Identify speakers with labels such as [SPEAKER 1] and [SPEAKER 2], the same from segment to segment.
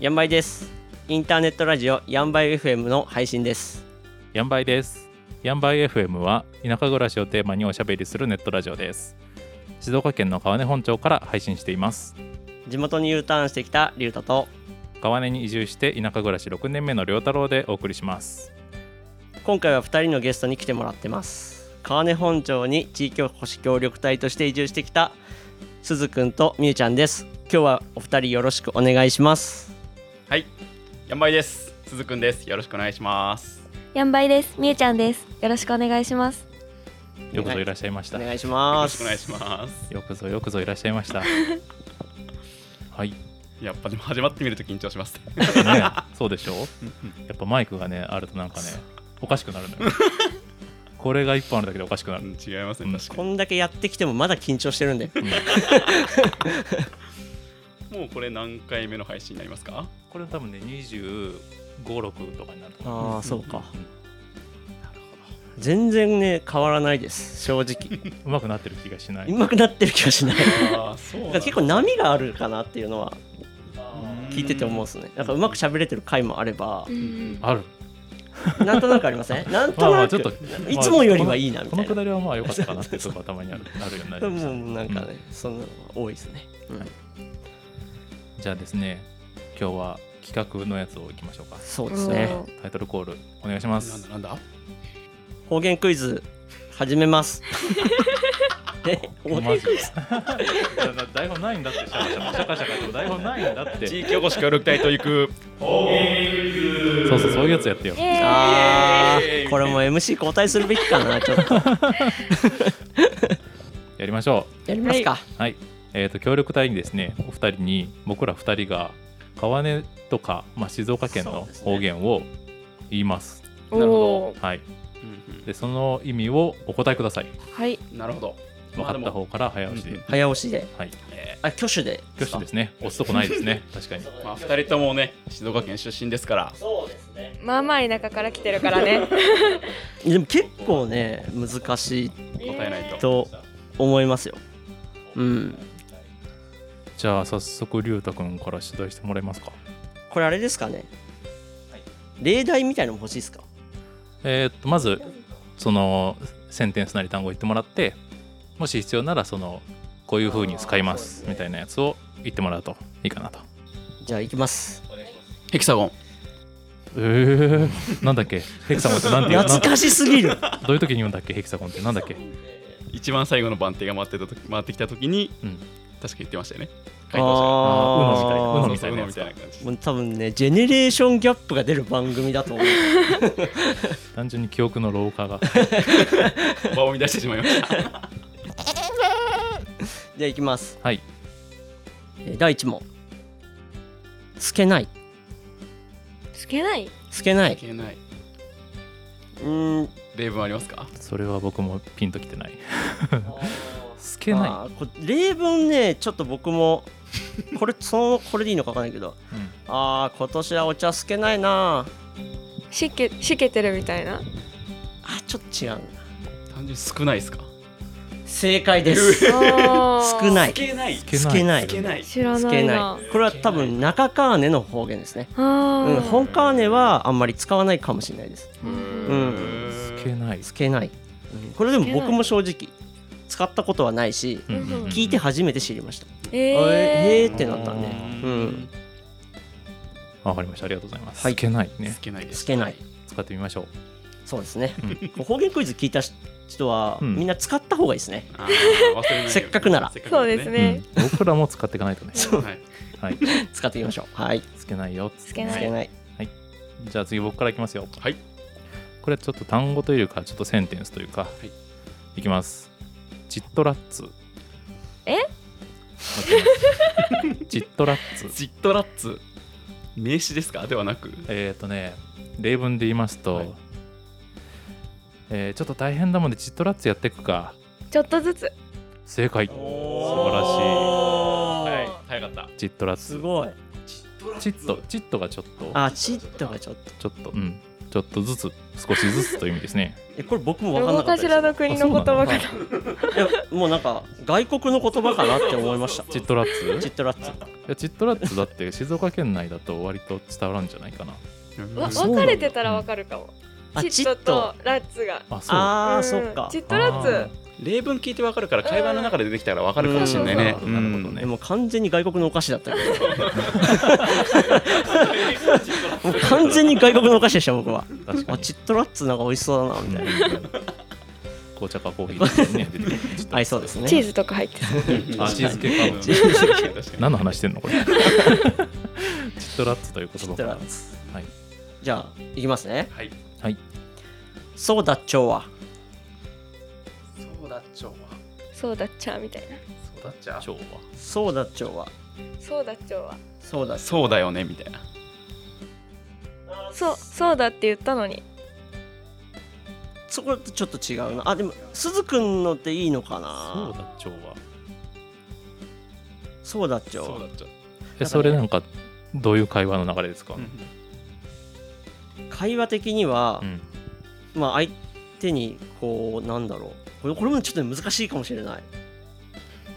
[SPEAKER 1] ヤンバイですインターネットラジオヤンバイ FM の配信です
[SPEAKER 2] ヤンバイです。ヤンバイ FM は田舎暮らしをテーマにおしゃべりするネットラジオです。静岡県の川根本町から配信しています。
[SPEAKER 1] 地元に U ターンしてきたリュウタと
[SPEAKER 2] 川根に移住して田舎暮らし6年目の良太郎でお送りします。
[SPEAKER 1] 今回は2人のゲストに来てもらってます川根本町に地域おこし協力隊として移住してきたすずくんとみゆちゃんです今日はお二人よろしくお願いします
[SPEAKER 3] はい、ヤンバイです。鈴くんです。よろしくお願いします。
[SPEAKER 4] ヤンバイです。みゆちゃんです。よろしくお願いします。
[SPEAKER 2] よくぞいらっしゃいまし
[SPEAKER 1] お
[SPEAKER 2] た。
[SPEAKER 1] 願いし
[SPEAKER 3] よ
[SPEAKER 1] ま
[SPEAKER 3] ろし
[SPEAKER 1] す
[SPEAKER 3] くお願いします。
[SPEAKER 2] よくぞよくぞいらっしゃいました。はい、ね、
[SPEAKER 3] やっぱでも始まってみると緊張し ますね。
[SPEAKER 2] そうでしょう。やっぱマイクがねあるとなんかねおかしくなるのよ。これが一本あるだけでおかしくな
[SPEAKER 3] う
[SPEAKER 2] る。
[SPEAKER 3] ん違いますね、確か
[SPEAKER 1] こんだけやってきてもまだ緊張してるんで
[SPEAKER 2] うん
[SPEAKER 3] に。もうこれ何回目の配信になりますか
[SPEAKER 2] これ多分ね25、6とかになると思 う。
[SPEAKER 1] ああそうか
[SPEAKER 2] うん
[SPEAKER 1] 全然ね変わらないです正 直。
[SPEAKER 2] うまくなってる気がしないう
[SPEAKER 1] まくなってる気がしない
[SPEAKER 3] ああ、そう
[SPEAKER 1] だ
[SPEAKER 3] な
[SPEAKER 1] から結構波があるかなっていうのは聞いてて思うん
[SPEAKER 3] う
[SPEAKER 1] ですねなんかうまく喋れてる回もあれば
[SPEAKER 4] うん
[SPEAKER 2] ある。
[SPEAKER 1] なんとなくありませ んなん
[SPEAKER 2] まあ
[SPEAKER 1] と
[SPEAKER 2] ま
[SPEAKER 1] な
[SPEAKER 2] あ
[SPEAKER 1] く
[SPEAKER 2] ちょっと
[SPEAKER 1] いつもよりはいいなみた
[SPEAKER 2] この
[SPEAKER 1] いな
[SPEAKER 2] くだりはまあ良かったかなってとこはたまにあるあるようになりまし
[SPEAKER 1] も
[SPEAKER 2] た
[SPEAKER 1] うなんかねそんなの多いですねうん
[SPEAKER 2] じゃあですね今日は企画のやつをいきましょうか
[SPEAKER 1] そうですね
[SPEAKER 4] おー
[SPEAKER 2] タイトルコールお願いしま
[SPEAKER 3] なん
[SPEAKER 2] す
[SPEAKER 3] だなんだ
[SPEAKER 1] 方言クイズ始めます え方言クイズ
[SPEAKER 2] だだ台本ないんだってシャカシャカシャカシャカと台本ないんだって
[SPEAKER 3] 地域おこし協力隊と行 く。
[SPEAKER 2] そうそうそういうやつやってよ
[SPEAKER 4] イエーイ
[SPEAKER 1] あ
[SPEAKER 3] イエー
[SPEAKER 1] ー
[SPEAKER 3] イ
[SPEAKER 1] これも MC 交代するべきかなちょ っと
[SPEAKER 2] やりましょ
[SPEAKER 1] やりますか
[SPEAKER 2] うはいえー、と協力隊にですねお二人に僕ら二人が川根とか、まあ、静岡県
[SPEAKER 1] そ
[SPEAKER 2] の
[SPEAKER 1] うですね
[SPEAKER 2] 方言を言います
[SPEAKER 3] なるほ
[SPEAKER 2] はい
[SPEAKER 3] うん
[SPEAKER 2] でその意味をお答えください
[SPEAKER 4] ど。はい。
[SPEAKER 3] うんなるほど。
[SPEAKER 2] 分かった
[SPEAKER 3] まあ
[SPEAKER 2] 方から早押し
[SPEAKER 3] うん
[SPEAKER 2] で
[SPEAKER 3] うん
[SPEAKER 1] 早押しで
[SPEAKER 2] はい
[SPEAKER 3] でもえ
[SPEAKER 1] あ挙手で
[SPEAKER 2] 挙手ですね押すとこないですね確かに
[SPEAKER 3] ーまあ、二人ともね、静岡県出身ですから。
[SPEAKER 1] そうですね
[SPEAKER 4] まあまあ田舎から来てるからね。
[SPEAKER 1] でも結構ね難しい
[SPEAKER 3] 答えないと。
[SPEAKER 1] と思いますようん
[SPEAKER 2] じゃあ早速龍太くんから出題してもらえますか
[SPEAKER 1] これあれですかね、例題みたいなのも欲しいですか
[SPEAKER 2] えーっとまずそのセンテンスなり単語を言ってもらってもし必要ならそのこういう風に使いますみたいなやつを言ってもらうといいかなと
[SPEAKER 1] じゃあ行きます
[SPEAKER 3] ヘキサゴン。
[SPEAKER 2] えー、なんだっけヘキサゴンってなんて言うなん
[SPEAKER 1] 懐
[SPEAKER 2] ど
[SPEAKER 1] かしすぎる
[SPEAKER 2] ういう時に言うんだっけヘキサゴンってなんだっけ
[SPEAKER 3] 一番最後の番手が回ってた時回ってきた時に、
[SPEAKER 2] うん
[SPEAKER 3] 確か言ってましたよね。
[SPEAKER 1] あ
[SPEAKER 3] 回答者が
[SPEAKER 2] あー
[SPEAKER 1] ー
[SPEAKER 2] うの
[SPEAKER 3] そう
[SPEAKER 2] みた
[SPEAKER 3] そう
[SPEAKER 2] いなや
[SPEAKER 3] み
[SPEAKER 2] つ
[SPEAKER 3] た
[SPEAKER 2] か
[SPEAKER 3] いな感じ
[SPEAKER 1] も。う多分ねジェネレーションギャップが出る番組だと思う
[SPEAKER 2] 単純に記憶の老化が
[SPEAKER 3] 場を乱してしまいました。
[SPEAKER 1] じゃあ行きます
[SPEAKER 2] はい
[SPEAKER 1] えー第1問透けない
[SPEAKER 4] つけない。
[SPEAKER 1] 透けない
[SPEAKER 3] いけない。
[SPEAKER 1] うん
[SPEAKER 3] 例文ありますか
[SPEAKER 2] それは僕もピンときてない透けない、
[SPEAKER 1] あーこ例文ねちょっと僕もこれ そのこれでいいのかわかんないけど
[SPEAKER 2] うん
[SPEAKER 1] あー今年はお茶透けないな
[SPEAKER 4] しけしけてるみたいな。
[SPEAKER 1] あちょっと違うな
[SPEAKER 3] 単純に少ないですか
[SPEAKER 1] 正解です 少
[SPEAKER 4] 少。
[SPEAKER 1] ないい
[SPEAKER 3] けない
[SPEAKER 2] 透
[SPEAKER 1] 透けない
[SPEAKER 3] けない
[SPEAKER 4] 知ら
[SPEAKER 1] つ
[SPEAKER 4] な
[SPEAKER 1] け
[SPEAKER 4] い
[SPEAKER 1] な
[SPEAKER 4] な。
[SPEAKER 1] いこれは多分中川根の方言ですね、
[SPEAKER 4] あ
[SPEAKER 1] うん、
[SPEAKER 4] ー
[SPEAKER 1] 本川根はあんまり使わないかもしれないですん
[SPEAKER 2] 透けない
[SPEAKER 1] つけない、うんこれでも僕も正直使ったことはないし
[SPEAKER 2] うんうんうん
[SPEAKER 1] 聞いて初めて知りました、え
[SPEAKER 4] え
[SPEAKER 1] ー、ってなったんで、うん、
[SPEAKER 2] わかりましたありがとうございます、
[SPEAKER 1] はい
[SPEAKER 2] 透けないね
[SPEAKER 3] つけないで
[SPEAKER 1] つ
[SPEAKER 3] す
[SPEAKER 1] けない
[SPEAKER 2] 使ってみましょう
[SPEAKER 1] そうですね
[SPEAKER 2] うん、
[SPEAKER 1] こう方言クイズ聞いた人は、
[SPEAKER 2] うん
[SPEAKER 1] みんな使った方がいいですね
[SPEAKER 3] あー忘れないように
[SPEAKER 1] せっかくなら
[SPEAKER 3] せっ
[SPEAKER 4] ー。
[SPEAKER 3] かく
[SPEAKER 4] そ
[SPEAKER 3] な
[SPEAKER 4] う
[SPEAKER 3] ら
[SPEAKER 4] ですね。
[SPEAKER 2] うん、僕らも使っていかないとねは
[SPEAKER 3] はい
[SPEAKER 2] い
[SPEAKER 1] 使っていきましょうはい
[SPEAKER 2] つけないよ
[SPEAKER 4] つけ
[SPEAKER 1] つ
[SPEAKER 4] な
[SPEAKER 1] け
[SPEAKER 4] い。
[SPEAKER 1] ない
[SPEAKER 2] じゃあ次僕からいきますよ
[SPEAKER 3] はい
[SPEAKER 2] これちょっと単語というかちょっとセンテンスというか、い、きますチットラッツ
[SPEAKER 4] え
[SPEAKER 2] もう一回チットラッツ
[SPEAKER 3] ジットラッツ名詞ですかではなく
[SPEAKER 2] えっ、ー、とね例文で言いますと、
[SPEAKER 3] はい
[SPEAKER 2] えーちょっと大変だもんでチットラッツやっていくか
[SPEAKER 4] ちょっとずつ。
[SPEAKER 2] 正解
[SPEAKER 1] 素
[SPEAKER 2] 晴らしい
[SPEAKER 3] はい早かった
[SPEAKER 2] チットラッ
[SPEAKER 1] す
[SPEAKER 2] ツ
[SPEAKER 1] ごい
[SPEAKER 2] チットチットがちょっと
[SPEAKER 1] あチッとがちょっと
[SPEAKER 2] ちょっとうんちょっとずつ少しずつという意味です ね
[SPEAKER 1] えこれ僕も分
[SPEAKER 4] ど
[SPEAKER 1] かんな
[SPEAKER 4] こ
[SPEAKER 1] かっ
[SPEAKER 4] か
[SPEAKER 1] た
[SPEAKER 4] し
[SPEAKER 1] で
[SPEAKER 4] ら
[SPEAKER 1] す
[SPEAKER 4] の国の言葉
[SPEAKER 2] あ
[SPEAKER 4] か
[SPEAKER 2] そ
[SPEAKER 1] いやもうなんか外国の言葉かなって思いました
[SPEAKER 2] チットラッツ
[SPEAKER 1] チ
[SPEAKER 2] い
[SPEAKER 1] ットラッツ
[SPEAKER 2] やチットラッツだって静岡県内だと割と伝わらんじゃないかな
[SPEAKER 4] なわ
[SPEAKER 1] あそうなん
[SPEAKER 4] 分
[SPEAKER 1] だ
[SPEAKER 4] かれてたら分かるかも
[SPEAKER 1] あ
[SPEAKER 4] チットとラッツが
[SPEAKER 2] あそう
[SPEAKER 1] あ
[SPEAKER 4] う
[SPEAKER 1] あ
[SPEAKER 4] ん
[SPEAKER 1] そっか
[SPEAKER 4] チットラッツ
[SPEAKER 3] 例文聞いてわかるから会話の中で出てきたらわかるかもしれないね。
[SPEAKER 2] うんなるほどね
[SPEAKER 1] えもう完全に外国のお菓子だった けどもう完全に外国のお菓子でした僕は
[SPEAKER 2] 確か
[SPEAKER 1] あ
[SPEAKER 2] に
[SPEAKER 1] チットラッツなんか美味しそうだなみたいな
[SPEAKER 2] うん紅茶かコーヒーですね 出てくるチットラッツ
[SPEAKER 1] 合いそうですね
[SPEAKER 4] チーズとか入って た
[SPEAKER 2] あチーズ系か
[SPEAKER 3] チーズ系
[SPEAKER 2] 何の話してんの これチットラッツという
[SPEAKER 1] チ
[SPEAKER 2] 言
[SPEAKER 1] ット
[SPEAKER 2] 葉から
[SPEAKER 1] ラッツ
[SPEAKER 2] はい
[SPEAKER 1] じゃあいきますね
[SPEAKER 3] はい。
[SPEAKER 2] はい
[SPEAKER 1] ソーダチョウは
[SPEAKER 3] そうだっちょは。
[SPEAKER 4] そうだっちゃーみたいな
[SPEAKER 3] そうだっちゃ
[SPEAKER 2] 今日は
[SPEAKER 1] ソーダチョウは
[SPEAKER 4] そうだっちょーは
[SPEAKER 1] ソーダ
[SPEAKER 3] そうだよねみたいな。
[SPEAKER 4] そうそうだって言ったのに
[SPEAKER 1] そこちょっと違うなあでも鈴くんのっていいのか
[SPEAKER 2] そう
[SPEAKER 1] な
[SPEAKER 2] だ今日は
[SPEAKER 1] ソーダチョウ
[SPEAKER 3] そうだっちゃ。
[SPEAKER 2] えそれなんかどういう会話の流れですか、
[SPEAKER 1] 会話的には、
[SPEAKER 2] うん
[SPEAKER 1] まあ相手にこうなんだろうこれこれもちょっと難しいかもしれない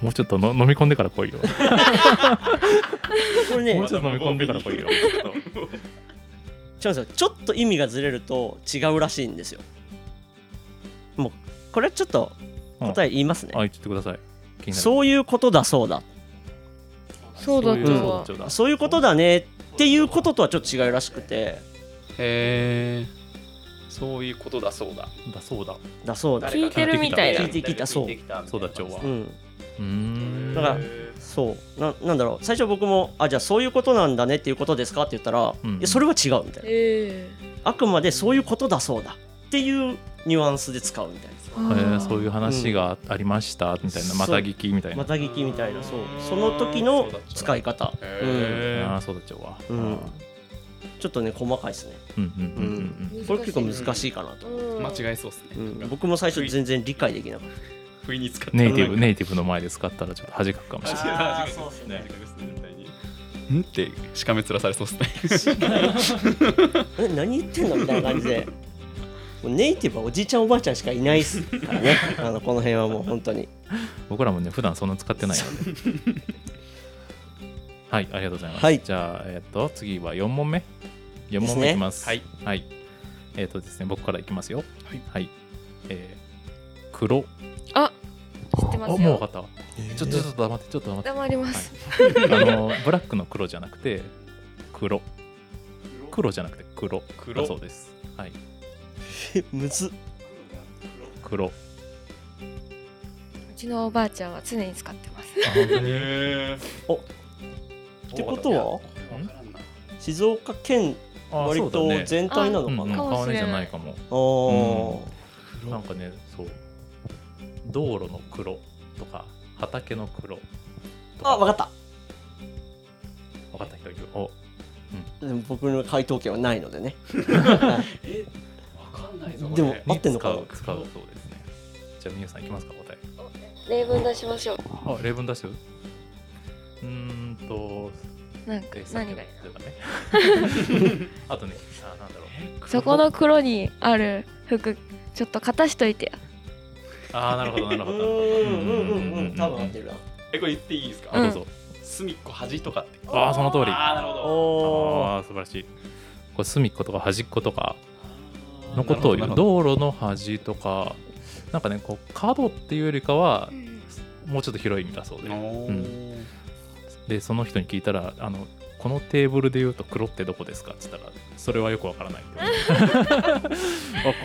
[SPEAKER 2] もうちょっとの飲み込んでから来いよ。
[SPEAKER 1] これ ね
[SPEAKER 2] もうちょっと飲み込んでから来 い
[SPEAKER 1] 違う
[SPEAKER 2] よ。
[SPEAKER 1] んですよちょっと意味がずれると違うらしいんですよもうこれはちょっと答
[SPEAKER 2] え。
[SPEAKER 1] え言いますね、
[SPEAKER 2] あ、言ってください。気になる
[SPEAKER 1] そういうことだそうだ
[SPEAKER 4] そうだ
[SPEAKER 2] い
[SPEAKER 1] とは
[SPEAKER 2] そうだちょうだ
[SPEAKER 1] そういうことだねっていうこととはちょっと違うらしくて
[SPEAKER 3] へえ。そういうことだそうだ。
[SPEAKER 2] だそうだ。
[SPEAKER 1] だそうだ
[SPEAKER 4] 誰聞いてるみたいな
[SPEAKER 1] 聞いてきたそう
[SPEAKER 2] そうだちょうは
[SPEAKER 1] うん
[SPEAKER 2] うーん。
[SPEAKER 1] だからそうななんだろう最初僕も「あじゃあそういうことなんだねっていうことですか?」って言ったら「
[SPEAKER 2] うん
[SPEAKER 1] いやそれは違う」みたいな
[SPEAKER 4] え
[SPEAKER 1] あくまでそういうことだそうだっていうニュアンスで使うみたい
[SPEAKER 4] え
[SPEAKER 2] えーそういう話がありましたみたいな、
[SPEAKER 1] そう
[SPEAKER 2] また聞きみた
[SPEAKER 1] ないま
[SPEAKER 2] な。
[SPEAKER 1] た聞きみたいなそうその時の使い方、うん、
[SPEAKER 3] へ
[SPEAKER 2] あ
[SPEAKER 3] ー
[SPEAKER 2] ーそうだちょうは。
[SPEAKER 1] う
[SPEAKER 2] うんん
[SPEAKER 1] ちょっとね細かいですね
[SPEAKER 2] うんうんうん
[SPEAKER 1] これ結構難しいかなと、
[SPEAKER 3] 間違いそうですね
[SPEAKER 1] う。ん僕も最初全然理解できなかっ
[SPEAKER 3] 不意に使っ
[SPEAKER 2] うん。ネイティブネイティブの前で使ったらちょっと恥かくかもしれない。
[SPEAKER 1] たあーそうっす
[SPEAKER 3] ね。んってしかめつらされそうですね。
[SPEAKER 1] え何言ってんのみたいな感じ でもうネイティブはおじいちゃんおばあちゃんしかいないっすから ねあのこの辺はもう本当に
[SPEAKER 2] 僕らもね普段そんな使ってないので はいありがとうございます、
[SPEAKER 1] はい
[SPEAKER 2] じゃあ、えっと次は4問目4問
[SPEAKER 1] ですね
[SPEAKER 2] 目いきます
[SPEAKER 3] はい、
[SPEAKER 2] はいえっとですね僕からいきますよ
[SPEAKER 3] はい、
[SPEAKER 2] えー黒
[SPEAKER 4] あ知ってます
[SPEAKER 2] あ
[SPEAKER 4] よ
[SPEAKER 2] もう分かったわちょっとちょっと黙ってちょっと黙って
[SPEAKER 4] 黙ります
[SPEAKER 2] あのブラックの黒じゃなくて黒黒じゃなくて黒
[SPEAKER 3] 黒
[SPEAKER 2] だそうですはい
[SPEAKER 1] えむずっ
[SPEAKER 2] 黒あ
[SPEAKER 4] うちのおばあちゃんは常に使ってます
[SPEAKER 2] 本当に
[SPEAKER 3] へ
[SPEAKER 1] ってことは静岡県
[SPEAKER 2] あー
[SPEAKER 1] 割
[SPEAKER 2] そう
[SPEAKER 1] と
[SPEAKER 2] だね
[SPEAKER 1] 全体なの
[SPEAKER 2] う
[SPEAKER 1] か
[SPEAKER 2] ん
[SPEAKER 1] な
[SPEAKER 2] う
[SPEAKER 1] あ、
[SPEAKER 2] ん、
[SPEAKER 4] か
[SPEAKER 2] 川
[SPEAKER 4] もしれない
[SPEAKER 2] 根じゃないかも
[SPEAKER 1] ー
[SPEAKER 2] なんかねそう道路の黒とか畑の黒と
[SPEAKER 1] あ分か
[SPEAKER 2] っ
[SPEAKER 1] った
[SPEAKER 2] 分かった人いるお
[SPEAKER 1] でも僕の回答権は ないのでね
[SPEAKER 3] わかんない
[SPEAKER 1] でも合ってんのか
[SPEAKER 2] 使
[SPEAKER 1] な
[SPEAKER 2] う使うそうですねじゃあ皆さんいきますか答え
[SPEAKER 4] 例文出しましょ
[SPEAKER 2] あ例文出すうーんと
[SPEAKER 4] うなんか
[SPEAKER 2] えさっき
[SPEAKER 4] 何
[SPEAKER 2] の
[SPEAKER 4] がいい
[SPEAKER 2] じゃダメ あとねあなんだろう
[SPEAKER 4] なそこの黒にある服ちょっと片しといてや
[SPEAKER 2] あーなるほどなる
[SPEAKER 1] う
[SPEAKER 2] ほど
[SPEAKER 1] んうんうんうんうん多分合ってるな
[SPEAKER 3] えこれ言っていいですか
[SPEAKER 2] あどうぞ、
[SPEAKER 3] 隅っこ端とかって
[SPEAKER 2] ああその通りあ
[SPEAKER 3] ああなるほど
[SPEAKER 1] おー
[SPEAKER 2] あー素晴らしいこれ隅っことか端っことか
[SPEAKER 3] あー
[SPEAKER 2] のことを言
[SPEAKER 3] な
[SPEAKER 2] う
[SPEAKER 3] るほど
[SPEAKER 2] 道路の端とかなんかねこう角っていうよりかはもうちょっと広い意味だそうで
[SPEAKER 3] おー
[SPEAKER 2] でその人に聞いたらあのこのテーブルで言うと黒ってどこですかって言ったらそれはよくわからないって言われてあ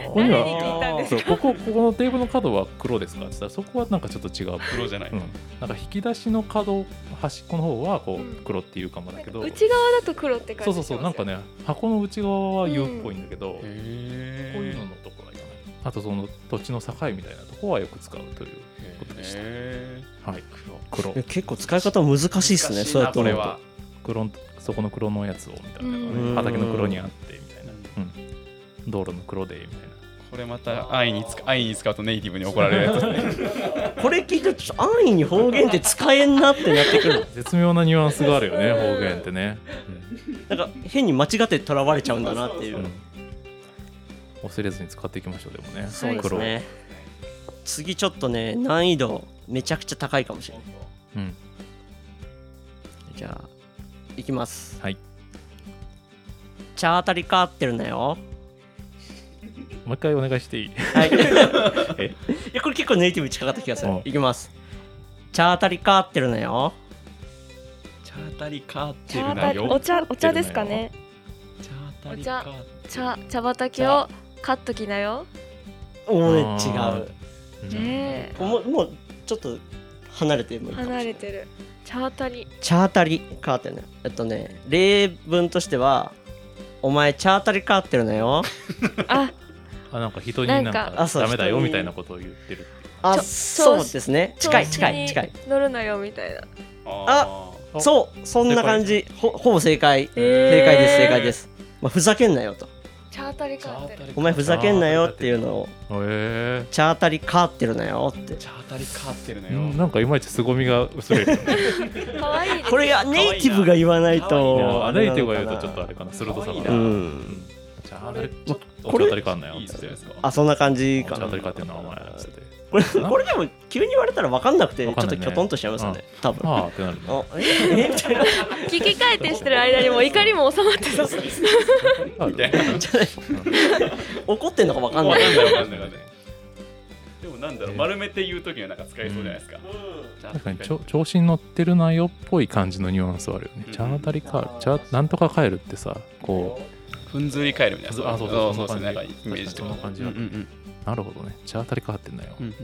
[SPEAKER 2] ここに
[SPEAKER 4] 誰
[SPEAKER 1] に
[SPEAKER 2] は
[SPEAKER 1] 聞いたんです
[SPEAKER 2] そうここここのテーブルの角は黒ですかって言ったらそこはなんかちょっと違う、
[SPEAKER 3] 黒じゃない、
[SPEAKER 2] うん、なんか引き出しの角端っこの方はこ
[SPEAKER 4] うん
[SPEAKER 2] う黒っていうかもだけど、
[SPEAKER 4] 内側だと黒って感
[SPEAKER 2] そ
[SPEAKER 4] じ
[SPEAKER 2] うそうそうなんかね箱の内側は U っぽいんだけど、こういうの
[SPEAKER 3] へ
[SPEAKER 2] のところはいかないあとその土地の境みたいなとこはよく使うということでした
[SPEAKER 3] え
[SPEAKER 2] はい黒
[SPEAKER 1] え結構使い方難しいっすねそうやって
[SPEAKER 3] こ
[SPEAKER 1] 思
[SPEAKER 3] れ
[SPEAKER 1] うと
[SPEAKER 3] は
[SPEAKER 2] 黒んそこの黒のやつをみたいな、
[SPEAKER 4] うん
[SPEAKER 2] ね、畑の黒にあってみたいな、うん、道路の黒でみたいな
[SPEAKER 3] これまた愛に使愛に使うとネイティブに怒られ るやつですね
[SPEAKER 1] これ聞いてちょっと安易に方言って使えんなってなってくる
[SPEAKER 2] 絶妙なニュアンスがあるよね方言ってね、
[SPEAKER 1] なんか変に間違ってとらわれちゃうんだなっていううん
[SPEAKER 2] 忘れずに使っていきましょうでもね
[SPEAKER 1] そうですね次ちょっとね難易度めちゃくちゃ高いかもしれない
[SPEAKER 2] 黒うん
[SPEAKER 1] じゃあいきます
[SPEAKER 2] はい
[SPEAKER 1] 茶当たりかってるなよ
[SPEAKER 2] もう一回お願いしていい
[SPEAKER 1] はい
[SPEAKER 2] え
[SPEAKER 1] いやこれ結構ネイティブに近かった気がする
[SPEAKER 2] お
[SPEAKER 1] いきます茶当たりかってるなよ
[SPEAKER 3] チャータリカーって
[SPEAKER 4] 茶
[SPEAKER 3] るな
[SPEAKER 4] 畑お
[SPEAKER 3] よ。
[SPEAKER 4] 茶お茶ですかね
[SPEAKER 3] チャータリカー。
[SPEAKER 4] 茶茶畑を買っときなよ
[SPEAKER 1] おい違
[SPEAKER 2] あー
[SPEAKER 1] う
[SPEAKER 2] うん
[SPEAKER 4] ね
[SPEAKER 1] もうもうちょっと離れてもい
[SPEAKER 4] え
[SPEAKER 1] いかもしれな
[SPEAKER 4] 離
[SPEAKER 1] い
[SPEAKER 4] れてる茶 畑に
[SPEAKER 1] 茶当たりかってるなよえっとね例文としてはお前茶当たりかってるなよ
[SPEAKER 4] あ
[SPEAKER 2] あなんか人になん
[SPEAKER 4] なん
[SPEAKER 2] か
[SPEAKER 4] か
[SPEAKER 1] あそう
[SPEAKER 2] ダメだよ
[SPEAKER 1] 人に
[SPEAKER 2] みたいなことを言ってる
[SPEAKER 1] あ
[SPEAKER 4] ちょ
[SPEAKER 1] そうですね近い
[SPEAKER 4] 調子
[SPEAKER 1] 近い近い
[SPEAKER 4] に乗るなよみたいな
[SPEAKER 3] あ
[SPEAKER 2] お
[SPEAKER 1] そうそんな感じほほぼ正解
[SPEAKER 4] え
[SPEAKER 1] 正
[SPEAKER 4] ー
[SPEAKER 1] 解です正解です、まあ、ふざけんなよと
[SPEAKER 4] 茶畑
[SPEAKER 3] チャ
[SPEAKER 4] 買っ
[SPEAKER 3] ー
[SPEAKER 4] て
[SPEAKER 3] タ
[SPEAKER 4] る
[SPEAKER 3] リ
[SPEAKER 1] お
[SPEAKER 3] カ
[SPEAKER 1] 前ふざけんなよっていうのを
[SPEAKER 2] へ
[SPEAKER 1] チャータリかってるなよって
[SPEAKER 3] チャータリカーってるな
[SPEAKER 2] え
[SPEAKER 3] よ。
[SPEAKER 2] なんかいまいち凄みが薄れる
[SPEAKER 4] 可愛いです
[SPEAKER 1] これがネイティブが言わない
[SPEAKER 3] かわいい
[SPEAKER 2] い
[SPEAKER 1] と
[SPEAKER 2] や
[SPEAKER 1] あ
[SPEAKER 2] 歩
[SPEAKER 1] れ
[SPEAKER 2] い
[SPEAKER 1] な
[SPEAKER 2] て
[SPEAKER 1] の
[SPEAKER 2] こ
[SPEAKER 1] か
[SPEAKER 2] よ
[SPEAKER 1] な
[SPEAKER 2] うとちょっとあれかな鋭さ
[SPEAKER 3] 可愛い
[SPEAKER 2] が
[SPEAKER 3] な
[SPEAKER 1] う
[SPEAKER 3] うん
[SPEAKER 2] じゃああれ
[SPEAKER 3] ちょっ
[SPEAKER 2] お茶当たりかんなよ
[SPEAKER 3] いい
[SPEAKER 2] っつっ
[SPEAKER 3] じゃない
[SPEAKER 2] て
[SPEAKER 3] ですか。
[SPEAKER 1] あそんな感じ
[SPEAKER 2] お
[SPEAKER 1] か
[SPEAKER 2] 茶
[SPEAKER 1] な
[SPEAKER 2] 当たりかってんなお前っつって
[SPEAKER 1] これ
[SPEAKER 2] な
[SPEAKER 1] これでも急に言われたら分かんなくてちょ
[SPEAKER 2] わ
[SPEAKER 1] っ
[SPEAKER 2] かんな
[SPEAKER 1] と
[SPEAKER 2] いね
[SPEAKER 1] キョトンとしちゃいますよね多分
[SPEAKER 2] ああってなるね
[SPEAKER 1] あええみたいな
[SPEAKER 4] 聞き換えてしてる間にもう怒りも収まってた
[SPEAKER 2] あ
[SPEAKER 3] みたいな。
[SPEAKER 1] じゃない怒ってんのか分かん
[SPEAKER 3] わ
[SPEAKER 1] な
[SPEAKER 3] かんないいわかんないわかんない。でもなんだろう、丸めて言うときはなんか使えそうじゃないですか。
[SPEAKER 2] 確かにちょ調子に乗ってるなよっぽい感じのニュアンスはあるよね。
[SPEAKER 3] うん
[SPEAKER 2] チャータリカール、チャーなんとか帰るってさ、こ
[SPEAKER 3] ふんずり返るみたいな。
[SPEAKER 2] あそうそうそ
[SPEAKER 3] そう
[SPEAKER 2] そ
[SPEAKER 3] うそうう。なんか
[SPEAKER 2] 感
[SPEAKER 3] イ
[SPEAKER 2] じ
[SPEAKER 3] メージ
[SPEAKER 2] 確かに
[SPEAKER 3] と
[SPEAKER 2] そんな感じだ
[SPEAKER 3] うん
[SPEAKER 2] う、なるほどね、チャータリカーってんだよ。
[SPEAKER 3] うんうん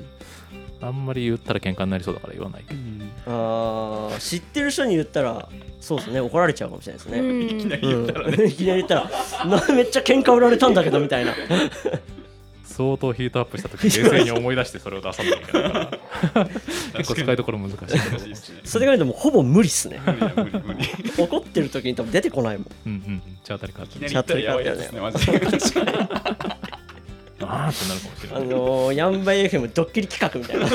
[SPEAKER 2] あんまり言ったら喧嘩になりそうだから言わないけ
[SPEAKER 3] う
[SPEAKER 2] ど。
[SPEAKER 1] あ
[SPEAKER 3] ん
[SPEAKER 1] ー知ってる人に言ったらそうですね怒られちゃうかもしれないです
[SPEAKER 4] う
[SPEAKER 1] ね、
[SPEAKER 3] うん。いきなんり言ったらね。
[SPEAKER 1] うん いきなり言ったらなめっちゃ喧嘩売られたんだけどみたいな
[SPEAKER 2] 相当ヒートアップした 時、冷静に思い出してそれを出さなきゃいけない から、結構使いどころ難しいけ
[SPEAKER 3] 難
[SPEAKER 2] ど
[SPEAKER 3] しいですね
[SPEAKER 1] それがでもほぼ無理っすね
[SPEAKER 3] 無理だ無理無 理。い
[SPEAKER 1] 怒ってる時に多分出てこないもん
[SPEAKER 2] うんうんうん、チャータリカー
[SPEAKER 3] き
[SPEAKER 2] ル
[SPEAKER 3] なり言ったらやばいやつですね、マジで。
[SPEAKER 2] あーってなるかもしれ
[SPEAKER 1] あ
[SPEAKER 2] ない。
[SPEAKER 1] のー、ヤンバイ FM ドッキリ企画みたいな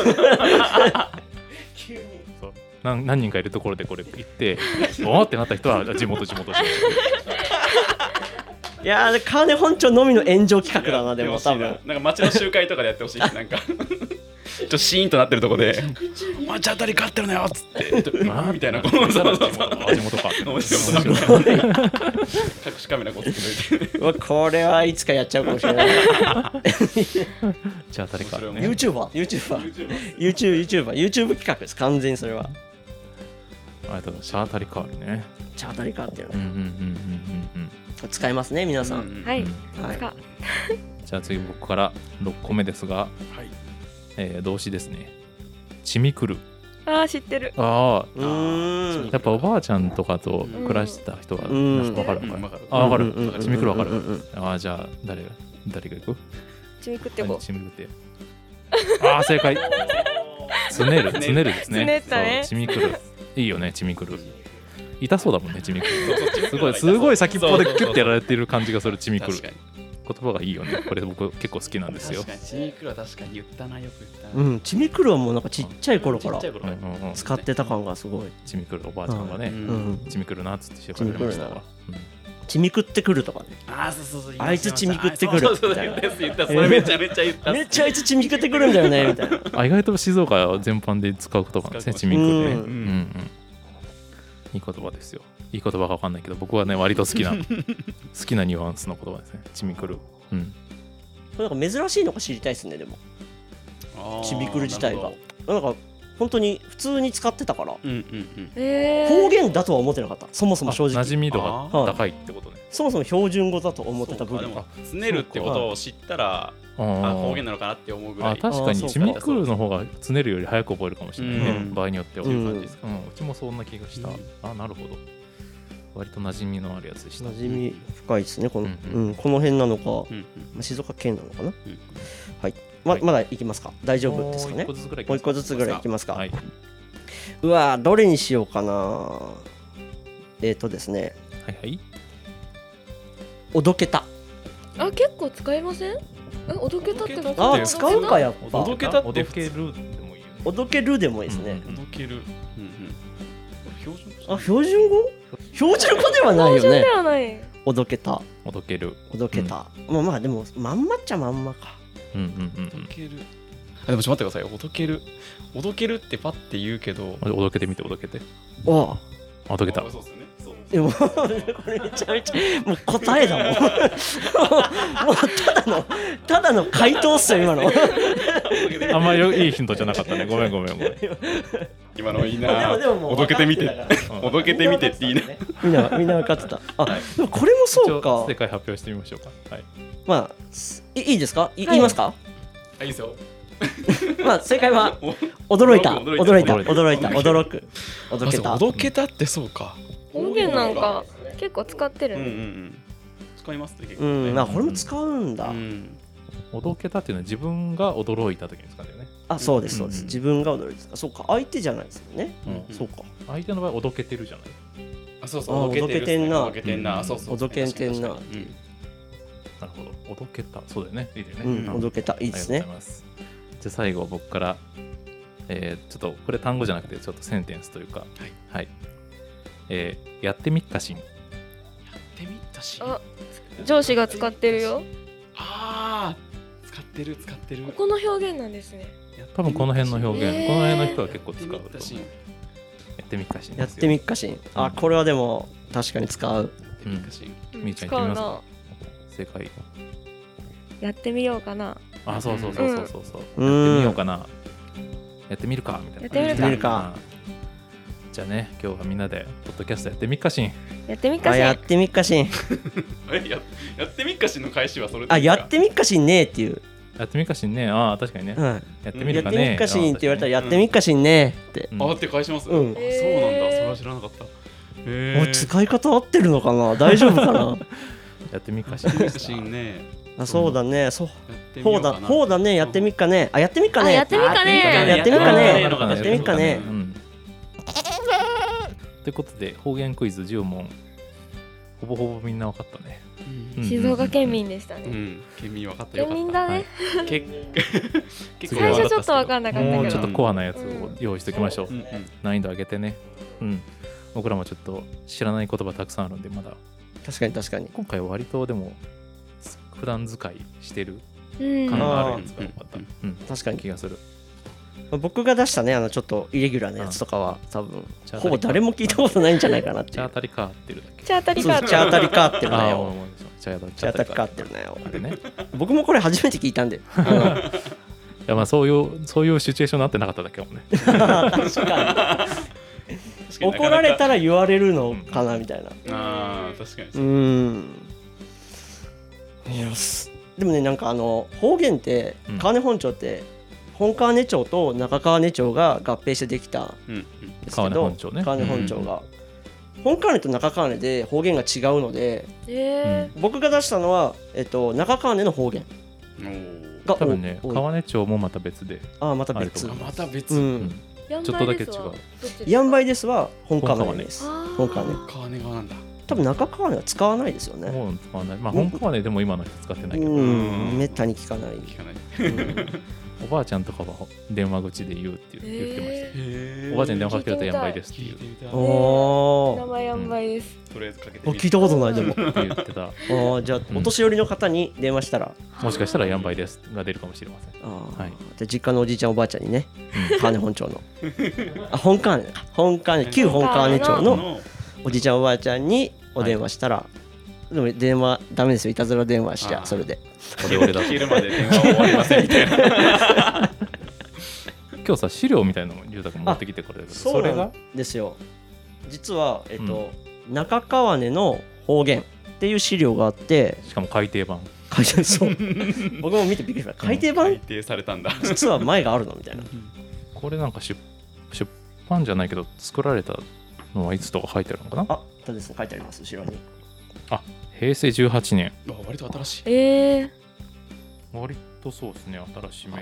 [SPEAKER 2] そう何何人かいるところでこれ言って、 おーってなった人は地元地元地元。
[SPEAKER 1] いやーカーネ本庁のみの炎上企画だなでも多
[SPEAKER 3] い
[SPEAKER 1] 分
[SPEAKER 3] ややってほしいななんか街の集会とかでやってほ しいなんかちょっとシーンとなってるとこで「お前チャータリ勝ってるのよ」っつって「
[SPEAKER 2] あ
[SPEAKER 3] あ
[SPEAKER 2] ー
[SPEAKER 3] みたいな
[SPEAKER 2] 地
[SPEAKER 3] こ
[SPEAKER 2] 元
[SPEAKER 3] うそうそうそう
[SPEAKER 2] か地元かってなる。
[SPEAKER 3] 面白い面 白い隠しカメラこうつけといて
[SPEAKER 1] うわこれはいつかやっちゃうかもしれない
[SPEAKER 2] チャータリカールね。
[SPEAKER 1] YouTuberYouTuberYouTubeYouTuber 企画です完全にそれは
[SPEAKER 2] あれだチャータリカールね。
[SPEAKER 1] チャータリカーっていう
[SPEAKER 2] うん
[SPEAKER 1] の
[SPEAKER 2] うんうんうん
[SPEAKER 1] 使いますね皆さん、
[SPEAKER 4] は
[SPEAKER 3] はい
[SPEAKER 4] い、
[SPEAKER 2] う
[SPEAKER 1] はい
[SPEAKER 4] か
[SPEAKER 2] ん。じゃあ次僕から6個目ですが、えー動詞ですね。ちみくる。
[SPEAKER 4] ああ知ってる
[SPEAKER 2] あ
[SPEAKER 1] うーん
[SPEAKER 2] あ、やっぱおばあちゃんとかと暮らしてた人は
[SPEAKER 1] うん
[SPEAKER 2] なんかわかる
[SPEAKER 3] う
[SPEAKER 2] わ
[SPEAKER 3] ん
[SPEAKER 2] か
[SPEAKER 3] わ
[SPEAKER 2] る
[SPEAKER 3] かる。
[SPEAKER 2] あわか
[SPEAKER 1] うんうんうんうん
[SPEAKER 2] る。ちみくるわかる
[SPEAKER 1] うんうんうん。
[SPEAKER 2] ああ、じゃあ誰誰が行く
[SPEAKER 4] ちみくってこ
[SPEAKER 2] ちみくるって。ああ、正解。つねる、つねるですね。
[SPEAKER 4] つねったね
[SPEAKER 2] そうちみくる。いいよね、ちみくる。痛そうだもんね、ちみくる。す
[SPEAKER 3] す
[SPEAKER 2] ごい、すごい先っぽでキュッてや
[SPEAKER 3] る
[SPEAKER 2] られてる感じがするちみくる
[SPEAKER 3] 確か
[SPEAKER 2] 言葉
[SPEAKER 3] に
[SPEAKER 2] がいいよねこれ僕結構好きなんですよ
[SPEAKER 3] 確かにチミクルは確かに言ったなよく言った
[SPEAKER 1] う
[SPEAKER 3] なん
[SPEAKER 1] ちみくるはもうなんかちっちゃい頃から
[SPEAKER 3] ちっちゃい頃
[SPEAKER 2] うんうんうん
[SPEAKER 1] 使ってた感がすごい
[SPEAKER 2] ちみくるおばあちゃんが
[SPEAKER 3] う
[SPEAKER 2] ね
[SPEAKER 1] うんん
[SPEAKER 2] ちみくるなっつって紹介されましたわ
[SPEAKER 1] ちみくってくるとかね
[SPEAKER 3] あーそうそうそう
[SPEAKER 1] あいつ血みくってくる
[SPEAKER 3] そうそうそう言ったやつ言ったそれめちゃめちゃ言った
[SPEAKER 1] めっちゃあいつちみくってくるんだよねみたいな
[SPEAKER 2] うんあ意外と静岡全般で使う言葉なんですねち
[SPEAKER 3] 使
[SPEAKER 2] み
[SPEAKER 1] う
[SPEAKER 2] く
[SPEAKER 1] かも
[SPEAKER 2] るね
[SPEAKER 1] う
[SPEAKER 2] うんんうんいい言葉ですよいい言葉かわかんないけど僕はね割と好きな好きなニュアンスの言葉ですねちみくるうん
[SPEAKER 1] なんか珍しいのか知りたいですねでもちみくる自体
[SPEAKER 3] あ
[SPEAKER 1] が
[SPEAKER 3] ーなる
[SPEAKER 1] なんか本当に普通に使ってたから
[SPEAKER 3] ほどうんうんうん
[SPEAKER 4] うえー、
[SPEAKER 1] 方言だとは思ってなかったそもそも
[SPEAKER 2] あ
[SPEAKER 1] 正直
[SPEAKER 2] 馴染み度が高いってことね
[SPEAKER 1] そもそも標準語だと思ってた部
[SPEAKER 3] そう
[SPEAKER 1] 分
[SPEAKER 3] かでもつねるってことを知ったら
[SPEAKER 2] あ
[SPEAKER 3] あ
[SPEAKER 2] ー
[SPEAKER 3] 方言なのかなって思うぐら
[SPEAKER 2] あ
[SPEAKER 3] い
[SPEAKER 2] 確か
[SPEAKER 1] あーそう
[SPEAKER 2] に
[SPEAKER 1] か
[SPEAKER 2] ちみくるの方がつねるより早く覚えるかもしれないね、
[SPEAKER 3] うん
[SPEAKER 2] 場合によっては、
[SPEAKER 1] う
[SPEAKER 2] うんんうちもそんな気がした、
[SPEAKER 3] うん
[SPEAKER 2] あなるほど割と馴染みのあるやつでした
[SPEAKER 1] 馴染み深いですねこの,、
[SPEAKER 2] う
[SPEAKER 1] うんんこの辺なのか
[SPEAKER 3] う、ん
[SPEAKER 1] まあ静岡県なのかな、
[SPEAKER 3] うん
[SPEAKER 1] はいま
[SPEAKER 2] はい
[SPEAKER 1] まだいきますか大丈夫ですかね
[SPEAKER 2] もう一個ずつぐらい
[SPEAKER 1] もう一個ずつぐらいいきますか、
[SPEAKER 2] はいう
[SPEAKER 1] わーどれにしようかなえっ、ー、とですね
[SPEAKER 2] はいはい
[SPEAKER 1] おどけた
[SPEAKER 4] あ結構使いませんえおどけたって
[SPEAKER 3] おどけ
[SPEAKER 1] あ
[SPEAKER 3] たっ
[SPEAKER 1] ー
[SPEAKER 3] て
[SPEAKER 1] 使うかやっ
[SPEAKER 3] お
[SPEAKER 1] ぱ
[SPEAKER 3] どけたって
[SPEAKER 2] おどけるでもいいよね
[SPEAKER 1] おどけるでもいいですね、
[SPEAKER 2] うん
[SPEAKER 3] のけるうんうん標準
[SPEAKER 1] あ標準語標準語ではないよ
[SPEAKER 4] 標準
[SPEAKER 1] ね
[SPEAKER 4] ではない
[SPEAKER 1] おどけた
[SPEAKER 2] おどける
[SPEAKER 1] おどけた、まあまあでもまんまっちゃまんまか
[SPEAKER 2] うんうんうん
[SPEAKER 3] おどけるあでもちょっと待ってくださいおどけるおどけるってパッて言うけど
[SPEAKER 2] うんおどけてみておどけて
[SPEAKER 1] おう
[SPEAKER 2] あおどけた
[SPEAKER 3] あそうですよねそう
[SPEAKER 1] でも これめちゃめちゃもう答えだ もんもうもうただのただの回答っすよ今の
[SPEAKER 2] あんまりよいいヒントじゃなかったねごめんごめん ごめん
[SPEAKER 3] 今のいい
[SPEAKER 1] まあでも
[SPEAKER 3] な
[SPEAKER 1] でももう
[SPEAKER 3] おどけてみて
[SPEAKER 1] 分かって
[SPEAKER 2] たから
[SPEAKER 3] おどけてみてっていいな
[SPEAKER 1] みんなみんな分かってたあ、でもこれもそう
[SPEAKER 2] 一応
[SPEAKER 1] か
[SPEAKER 2] 正解発表してみましょうかはい
[SPEAKER 1] まあすいいいですかい,、
[SPEAKER 4] はい
[SPEAKER 1] い、ますか
[SPEAKER 3] あいいですよ
[SPEAKER 1] まあ正解 は
[SPEAKER 3] お
[SPEAKER 1] 驚いた驚
[SPEAKER 3] 驚
[SPEAKER 1] い
[SPEAKER 3] い
[SPEAKER 1] た
[SPEAKER 3] た
[SPEAKER 1] 驚いた驚
[SPEAKER 3] 驚
[SPEAKER 1] く
[SPEAKER 3] あ
[SPEAKER 1] 驚け
[SPEAKER 3] そう
[SPEAKER 1] た
[SPEAKER 3] おどけたってそうか
[SPEAKER 4] 方言なんか結構使って
[SPEAKER 3] う
[SPEAKER 4] る
[SPEAKER 3] んうんう
[SPEAKER 4] ね、
[SPEAKER 3] ん使いますって結
[SPEAKER 1] う
[SPEAKER 3] 構ね
[SPEAKER 1] んまあこれも使うんだ、
[SPEAKER 3] うん
[SPEAKER 2] おどけたっていうのは自分が驚いた時に使うんだよね、
[SPEAKER 1] あそうですそうです、
[SPEAKER 2] うん
[SPEAKER 1] 自分が驚いてたそうか相手じゃないですよね、
[SPEAKER 2] うん
[SPEAKER 1] そうか
[SPEAKER 2] 相手の場合おどけてるじゃない
[SPEAKER 3] あそうそう
[SPEAKER 1] あ
[SPEAKER 3] おどけてるっすね
[SPEAKER 1] おど
[SPEAKER 3] おど
[SPEAKER 1] け
[SPEAKER 3] け
[SPEAKER 2] て
[SPEAKER 3] て
[SPEAKER 2] ん
[SPEAKER 3] ん
[SPEAKER 2] な
[SPEAKER 3] なそうそう
[SPEAKER 1] おどけてんな
[SPEAKER 3] 確かに確かに
[SPEAKER 2] なるほどおどけたそうだよねいいだよね、
[SPEAKER 1] う
[SPEAKER 3] うん
[SPEAKER 1] ん驚けたいいです
[SPEAKER 2] あ
[SPEAKER 1] ね
[SPEAKER 2] りがとうございます。じゃあ最後僕から、えーちょっとこれ単語じゃなくてちょっとセンテンスというか、はいえーやってみっかしん。
[SPEAKER 3] やってみたしあ
[SPEAKER 4] あ上司が使ってるよ
[SPEAKER 3] あー使ってる使ってる
[SPEAKER 4] ここの表現なんですね
[SPEAKER 2] 多分この辺の表現、
[SPEAKER 4] ねー
[SPEAKER 2] この辺の人は結構使うと
[SPEAKER 3] やってみたし
[SPEAKER 2] 思う。やってみっかしん。
[SPEAKER 1] やってみっかしんあこれはでも確かに使う
[SPEAKER 3] やってみたし
[SPEAKER 4] うん
[SPEAKER 2] みーちゃん
[SPEAKER 4] 使
[SPEAKER 2] 行ってみま
[SPEAKER 4] う
[SPEAKER 2] す
[SPEAKER 4] な
[SPEAKER 2] 正解。
[SPEAKER 4] やってみようかな
[SPEAKER 2] あそうそうそうそうそうそう。
[SPEAKER 1] うん
[SPEAKER 2] やってみようかな。やってみるかみたいな。
[SPEAKER 4] やってみる
[SPEAKER 1] か
[SPEAKER 2] うん。じゃあね今日はみんなでポッドキャストやってみっかしん。
[SPEAKER 4] やってみっか
[SPEAKER 1] あ
[SPEAKER 4] し
[SPEAKER 1] や
[SPEAKER 4] ら
[SPEAKER 1] ってみっかしん
[SPEAKER 3] えややってみっかしの返しはそれ
[SPEAKER 1] あやっててみっかしんねえっていう、
[SPEAKER 2] やってみっかしんね。ああ確かにね。
[SPEAKER 1] は
[SPEAKER 2] やって
[SPEAKER 1] いやっ
[SPEAKER 2] みる
[SPEAKER 1] て
[SPEAKER 2] か
[SPEAKER 1] み
[SPEAKER 2] ね。
[SPEAKER 1] っかしんって言われたらや
[SPEAKER 3] う
[SPEAKER 1] っ
[SPEAKER 3] ん
[SPEAKER 1] てみっかしんねえって、
[SPEAKER 2] うん
[SPEAKER 3] あって返します
[SPEAKER 1] うん
[SPEAKER 3] あそうなんだ
[SPEAKER 4] へー
[SPEAKER 3] それは知らなかったへ
[SPEAKER 1] おい
[SPEAKER 3] え
[SPEAKER 1] 使い方合ってるのかな大丈夫かな
[SPEAKER 2] やってみっかし
[SPEAKER 3] やってみたし
[SPEAKER 2] ん。
[SPEAKER 3] ね
[SPEAKER 1] あそうだねそう
[SPEAKER 3] やってみ
[SPEAKER 1] ほ
[SPEAKER 3] よ
[SPEAKER 1] う
[SPEAKER 3] か
[SPEAKER 1] だ
[SPEAKER 3] な
[SPEAKER 1] ほうだねやってみっかねあやってみっか
[SPEAKER 4] あ
[SPEAKER 1] ね
[SPEAKER 4] やってみっかね
[SPEAKER 1] やってみっかね
[SPEAKER 2] やってみっか
[SPEAKER 1] ね
[SPEAKER 2] うんということで方言クイズ10問ほぼほぼみんな分かったね。
[SPEAKER 3] うん
[SPEAKER 4] 静岡県民でした
[SPEAKER 3] う
[SPEAKER 4] ね
[SPEAKER 3] ん県民分かったよか
[SPEAKER 4] 県民
[SPEAKER 3] っ
[SPEAKER 4] だね
[SPEAKER 3] たけ結構
[SPEAKER 4] 最初ちょっと分かんなかったけ
[SPEAKER 2] も
[SPEAKER 4] ど
[SPEAKER 2] うちょっとコアなやつを用意しておきましょう
[SPEAKER 3] う。んうん
[SPEAKER 2] 難易度上げてね。うん。僕らもちょっと知らない言葉たくさんあるんでまだ
[SPEAKER 1] 確かに確かに
[SPEAKER 2] 今回は割とでもつ普段使いしてる
[SPEAKER 4] うん
[SPEAKER 2] 感があるやつが多かった。
[SPEAKER 3] う
[SPEAKER 2] うんん。
[SPEAKER 1] 確かに
[SPEAKER 2] 気がする。
[SPEAKER 1] 僕が出したねあのちょっとイレギュラーなやつとかは多分
[SPEAKER 2] チャータリー
[SPEAKER 1] ほぼ誰も聞いたことないんじゃないかなって
[SPEAKER 2] チ
[SPEAKER 1] い
[SPEAKER 2] ャー
[SPEAKER 1] う
[SPEAKER 2] タリカーってるだけ。
[SPEAKER 4] チャータリ
[SPEAKER 1] そ
[SPEAKER 4] カ
[SPEAKER 1] うチャータリカーってるな
[SPEAKER 2] ああ、
[SPEAKER 1] よ
[SPEAKER 2] 思い出したチャー
[SPEAKER 1] チャータリカーっ
[SPEAKER 2] ー
[SPEAKER 1] てるなよ
[SPEAKER 2] あれね。
[SPEAKER 1] 僕もこれ初めて聞いたんで
[SPEAKER 2] いやまあそういうそういうシチュエーションになってなかっただけかもね。
[SPEAKER 1] 確か
[SPEAKER 3] 確
[SPEAKER 1] に
[SPEAKER 3] かになかな
[SPEAKER 1] 怒
[SPEAKER 3] から
[SPEAKER 1] れたら言われるのかなみたいな
[SPEAKER 3] あー確かに
[SPEAKER 1] うーんいやすでもねなんかあの方言って
[SPEAKER 2] うん
[SPEAKER 1] 川根本町って本川根町と中川根町が合併してできた
[SPEAKER 3] うんうん
[SPEAKER 1] んですけ
[SPEAKER 2] 川根
[SPEAKER 1] ど
[SPEAKER 2] 本町ね
[SPEAKER 1] 川根本町が、本川根と中川根で方言が違うので
[SPEAKER 4] え
[SPEAKER 1] 僕が出したのは、えっと、中川根の方言
[SPEAKER 3] おー
[SPEAKER 1] が
[SPEAKER 2] 多分ね
[SPEAKER 1] おお
[SPEAKER 2] 川根町もまた別で
[SPEAKER 1] ああまた
[SPEAKER 2] あ
[SPEAKER 1] 別
[SPEAKER 2] ると
[SPEAKER 3] あまた別
[SPEAKER 1] う
[SPEAKER 3] に
[SPEAKER 1] ん
[SPEAKER 4] ちょ
[SPEAKER 2] ちょっとだけ違う
[SPEAKER 1] ヤンバイ
[SPEAKER 4] で
[SPEAKER 1] ですは本川根です
[SPEAKER 4] あー
[SPEAKER 1] 本川根
[SPEAKER 3] 川根川なんだ
[SPEAKER 1] 多分中川根は使わないですよね
[SPEAKER 2] もう使わないまあ本川根でも今の人使ってな
[SPEAKER 1] う
[SPEAKER 2] いけど
[SPEAKER 1] んめったに聞かない、
[SPEAKER 3] 聞かない
[SPEAKER 1] うん
[SPEAKER 2] おばあちゃんとかは電話口で言うって言う言ってまし
[SPEAKER 4] え
[SPEAKER 3] へ
[SPEAKER 2] た
[SPEAKER 3] ー
[SPEAKER 2] よおばあちゃんに電話かけるとやんばいですって
[SPEAKER 3] 聞
[SPEAKER 2] い
[SPEAKER 3] いうてみたい
[SPEAKER 1] おお
[SPEAKER 4] 名前ヤンバイです
[SPEAKER 3] とりあえずかけて
[SPEAKER 1] あ
[SPEAKER 3] みる
[SPEAKER 1] 聞いたことないでも
[SPEAKER 2] って言ってた
[SPEAKER 1] あーじゃあ、
[SPEAKER 2] うん
[SPEAKER 1] お年寄りの方に電話したら
[SPEAKER 2] もしかしたらやんばいですが出るかもしれません
[SPEAKER 1] あー、
[SPEAKER 2] はい
[SPEAKER 1] じゃあ実家のおじいちゃんおばあちゃんにね川根本町のあ本川根か本川根旧本川根町のおじいちゃんおばあちゃんにお電話したら、でも電話ダメですよいたずら電話しち
[SPEAKER 3] あ
[SPEAKER 1] ゃ
[SPEAKER 3] ー
[SPEAKER 1] それで
[SPEAKER 2] オレオレだと
[SPEAKER 3] 聞けるまで電話終わりませんみたいな
[SPEAKER 2] 今日さ資料みたいなのも龍太君持ってきてくれるけどそれ
[SPEAKER 1] なん
[SPEAKER 2] が
[SPEAKER 1] ですよ実は、えっと中川根の方言っていう資料があって
[SPEAKER 2] しかも改訂版
[SPEAKER 1] 改訂 そう僕も見てびっくりした改訂 版
[SPEAKER 3] 改定されたんだ
[SPEAKER 1] 実は前があるのみたいな
[SPEAKER 2] これなんか出出版じゃないけど作られたのはいつとか書いてあるのかな
[SPEAKER 1] あそうですね書いてあります後ろに
[SPEAKER 2] 平成18年
[SPEAKER 3] あ割と新しい
[SPEAKER 4] ええ
[SPEAKER 2] 割とそうですね新しめ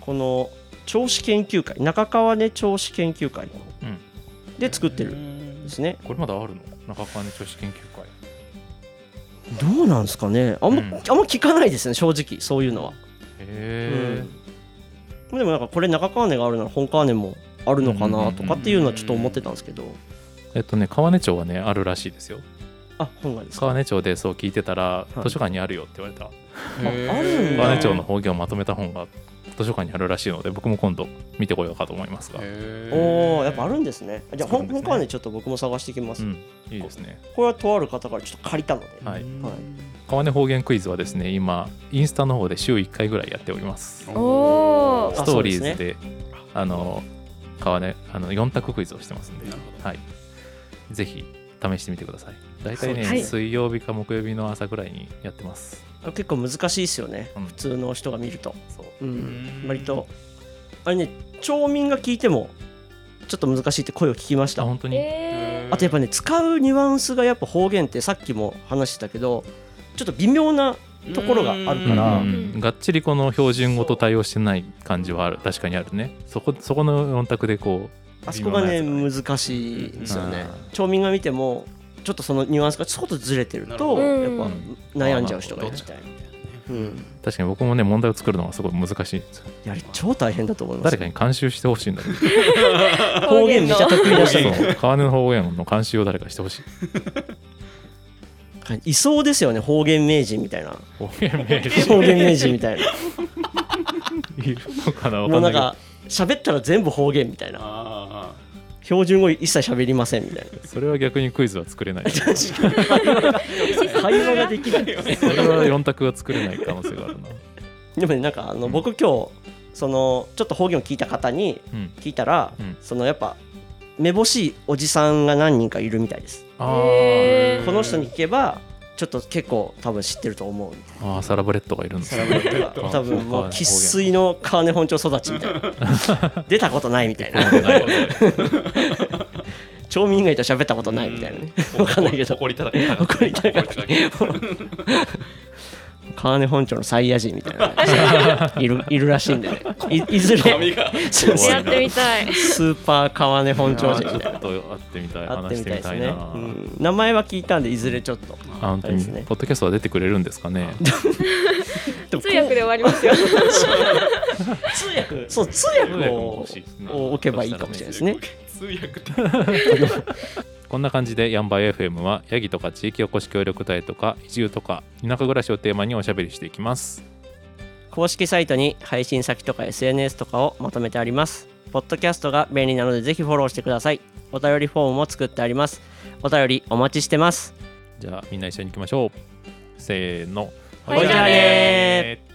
[SPEAKER 1] この銚子研究会中川根銚子研究会
[SPEAKER 2] うん
[SPEAKER 1] で作ってるん
[SPEAKER 3] ん
[SPEAKER 1] ですね
[SPEAKER 2] これまだあるの中川根女子研究会
[SPEAKER 1] どうなんですかねあんま,、
[SPEAKER 2] うん
[SPEAKER 1] あんま聞かないですね正直そういうのは、
[SPEAKER 2] へ
[SPEAKER 1] うん、でもなんかこれ中川根があるなら本川根もあるのかなとかっていうのはちょっと思ってたんですけど、
[SPEAKER 2] え、えっとね川根町はねあるらしいですよ
[SPEAKER 1] あ本がですか
[SPEAKER 2] 川根町でそう聞いてたら、
[SPEAKER 1] い
[SPEAKER 2] 図書館にあるよって言われた
[SPEAKER 1] ああるんだ
[SPEAKER 2] 川根町の方言をまとめた本が図書館にあるらしいので僕も今度見てこようかと思いますが、
[SPEAKER 1] おおやっぱあ
[SPEAKER 3] る
[SPEAKER 1] るんですねじゃあ
[SPEAKER 2] そう
[SPEAKER 1] 本
[SPEAKER 2] なんですね
[SPEAKER 1] 本館でちょっと僕も探してきま
[SPEAKER 2] う
[SPEAKER 1] す、
[SPEAKER 2] ん、いいですね
[SPEAKER 1] これはとある方からちょっと借りたので、
[SPEAKER 2] はい
[SPEAKER 1] はい
[SPEAKER 2] 川根方言クイズはですね今インスタの方で週1回ぐらいやっております
[SPEAKER 4] おお
[SPEAKER 1] あ
[SPEAKER 2] ストーリー
[SPEAKER 1] そう
[SPEAKER 2] ズであの川根あの4択クイズをしてますんで
[SPEAKER 3] なるほど
[SPEAKER 2] はい、ぜひ試してみてください大体ね、
[SPEAKER 4] はい
[SPEAKER 2] 水曜日か木曜日の朝ぐらいにやってます
[SPEAKER 1] あれ結構難しいですよね、
[SPEAKER 2] うん
[SPEAKER 1] 普通の人が見ると、
[SPEAKER 2] そ
[SPEAKER 1] う
[SPEAKER 2] う
[SPEAKER 1] ん
[SPEAKER 3] うん
[SPEAKER 1] 割とあれね町民が聞いてもちょっと難しいって声を聞きまし
[SPEAKER 2] あ
[SPEAKER 1] た
[SPEAKER 2] 本当に、
[SPEAKER 4] え
[SPEAKER 1] あとやっぱね使うニュアンスがやっぱ方言ってさっきも話してたけどちょっと微妙なところがある
[SPEAKER 2] う
[SPEAKER 1] か
[SPEAKER 2] ん
[SPEAKER 1] ら
[SPEAKER 2] うんうんがっちりこの標準語と対応してない感じはある確かにあるねそこそこの4択でこ
[SPEAKER 1] あそこがね
[SPEAKER 2] 微妙なや
[SPEAKER 1] 難しいですよね
[SPEAKER 2] うん
[SPEAKER 1] 町民が見てもちょっとそのニュアンスがちょっとずれてる
[SPEAKER 3] なる
[SPEAKER 1] と
[SPEAKER 3] ほ
[SPEAKER 4] ど
[SPEAKER 1] やっぱ
[SPEAKER 2] うん
[SPEAKER 1] 悩んじゃう人が
[SPEAKER 2] ど
[SPEAKER 1] い
[SPEAKER 2] っ
[SPEAKER 1] るみ
[SPEAKER 2] ち
[SPEAKER 1] たいな、うん、
[SPEAKER 2] う確かに僕もね問題を作るのがすごい難しいんですよ
[SPEAKER 1] いやあれ超大変だと思います
[SPEAKER 2] 誰かに監修してほしい んだけど
[SPEAKER 1] 方言めちゃ得意だし
[SPEAKER 2] そう川根の方言の監修を誰かして ほしい
[SPEAKER 1] いそうですよね方言名人みたいな
[SPEAKER 2] 方言名人
[SPEAKER 1] 方言名人みたいな
[SPEAKER 2] いるのかな
[SPEAKER 1] も
[SPEAKER 2] わか
[SPEAKER 1] うんな
[SPEAKER 2] なんいけど
[SPEAKER 1] か喋ったら全部方言みたいな
[SPEAKER 3] あ
[SPEAKER 1] 標準語一切喋りませんみたいな
[SPEAKER 2] それは逆にクイズは作れない
[SPEAKER 1] 会話ができない
[SPEAKER 2] それは4択は作れない可能性があるな
[SPEAKER 1] でもねなんかあの
[SPEAKER 2] うん
[SPEAKER 1] 僕今日そのちょっと方言を聞いた方に
[SPEAKER 2] うん
[SPEAKER 1] 聞いたら、
[SPEAKER 2] うん
[SPEAKER 1] そのやっぱめぼしいおじさんが何人かいるみたいです、
[SPEAKER 2] あー
[SPEAKER 4] へー
[SPEAKER 1] この人に聞けばちょっと結構多分知ってると思うみ
[SPEAKER 2] あーサラブレッドがいるんですね
[SPEAKER 3] サラブレッ
[SPEAKER 1] たい
[SPEAKER 3] ド
[SPEAKER 1] な多分もう生粋の川根本町育ちみたいな 出たことないみたいな
[SPEAKER 2] ないよね
[SPEAKER 1] 町民以外と喋ったこと
[SPEAKER 3] あ
[SPEAKER 1] ないみたいなね
[SPEAKER 3] わ
[SPEAKER 1] わかんないけど
[SPEAKER 3] 怒り叩き
[SPEAKER 1] 怒り高く 川根本町のサイヤ人みたいな、いるいるらしいんでねいいずれ
[SPEAKER 3] 髪が
[SPEAKER 1] そうそう
[SPEAKER 4] やってみたい
[SPEAKER 1] スーパー川根本
[SPEAKER 2] ちょ
[SPEAKER 1] 町人
[SPEAKER 2] っ
[SPEAKER 1] みたいな
[SPEAKER 2] と会ってみたい
[SPEAKER 1] 会っ
[SPEAKER 2] 話
[SPEAKER 1] て
[SPEAKER 2] し
[SPEAKER 1] み
[SPEAKER 2] て
[SPEAKER 1] たい
[SPEAKER 2] み
[SPEAKER 1] です
[SPEAKER 2] たい
[SPEAKER 1] ね、うん、
[SPEAKER 2] な、
[SPEAKER 1] 名前は聞いたんでいずれちょっと
[SPEAKER 2] あ本当
[SPEAKER 1] あれで
[SPEAKER 2] に、
[SPEAKER 1] すね
[SPEAKER 2] ポッドキャストは出てくれるんですかね
[SPEAKER 1] でも
[SPEAKER 4] 通訳で終わりますよ
[SPEAKER 1] 通訳そう通訳
[SPEAKER 2] 通訳も
[SPEAKER 1] を
[SPEAKER 2] 欲しいですね
[SPEAKER 1] を置けばいいかもしれないですね
[SPEAKER 3] 通訳って
[SPEAKER 2] こんな感じでヤンバー FM はヤギとか地域おこし協力隊とか移住とか田舎暮らしをテーマにおしゃべりしていきます
[SPEAKER 1] 公式サイトに配信先とか SNS とかをまとめてありますポッドキャストが便利なのでぜひフォローしてくださいお便りフォームも作ってありますお便りお待ちしてます
[SPEAKER 2] じゃあみんな一緒に行きましょうせーの
[SPEAKER 4] ほいじゃあね
[SPEAKER 2] ー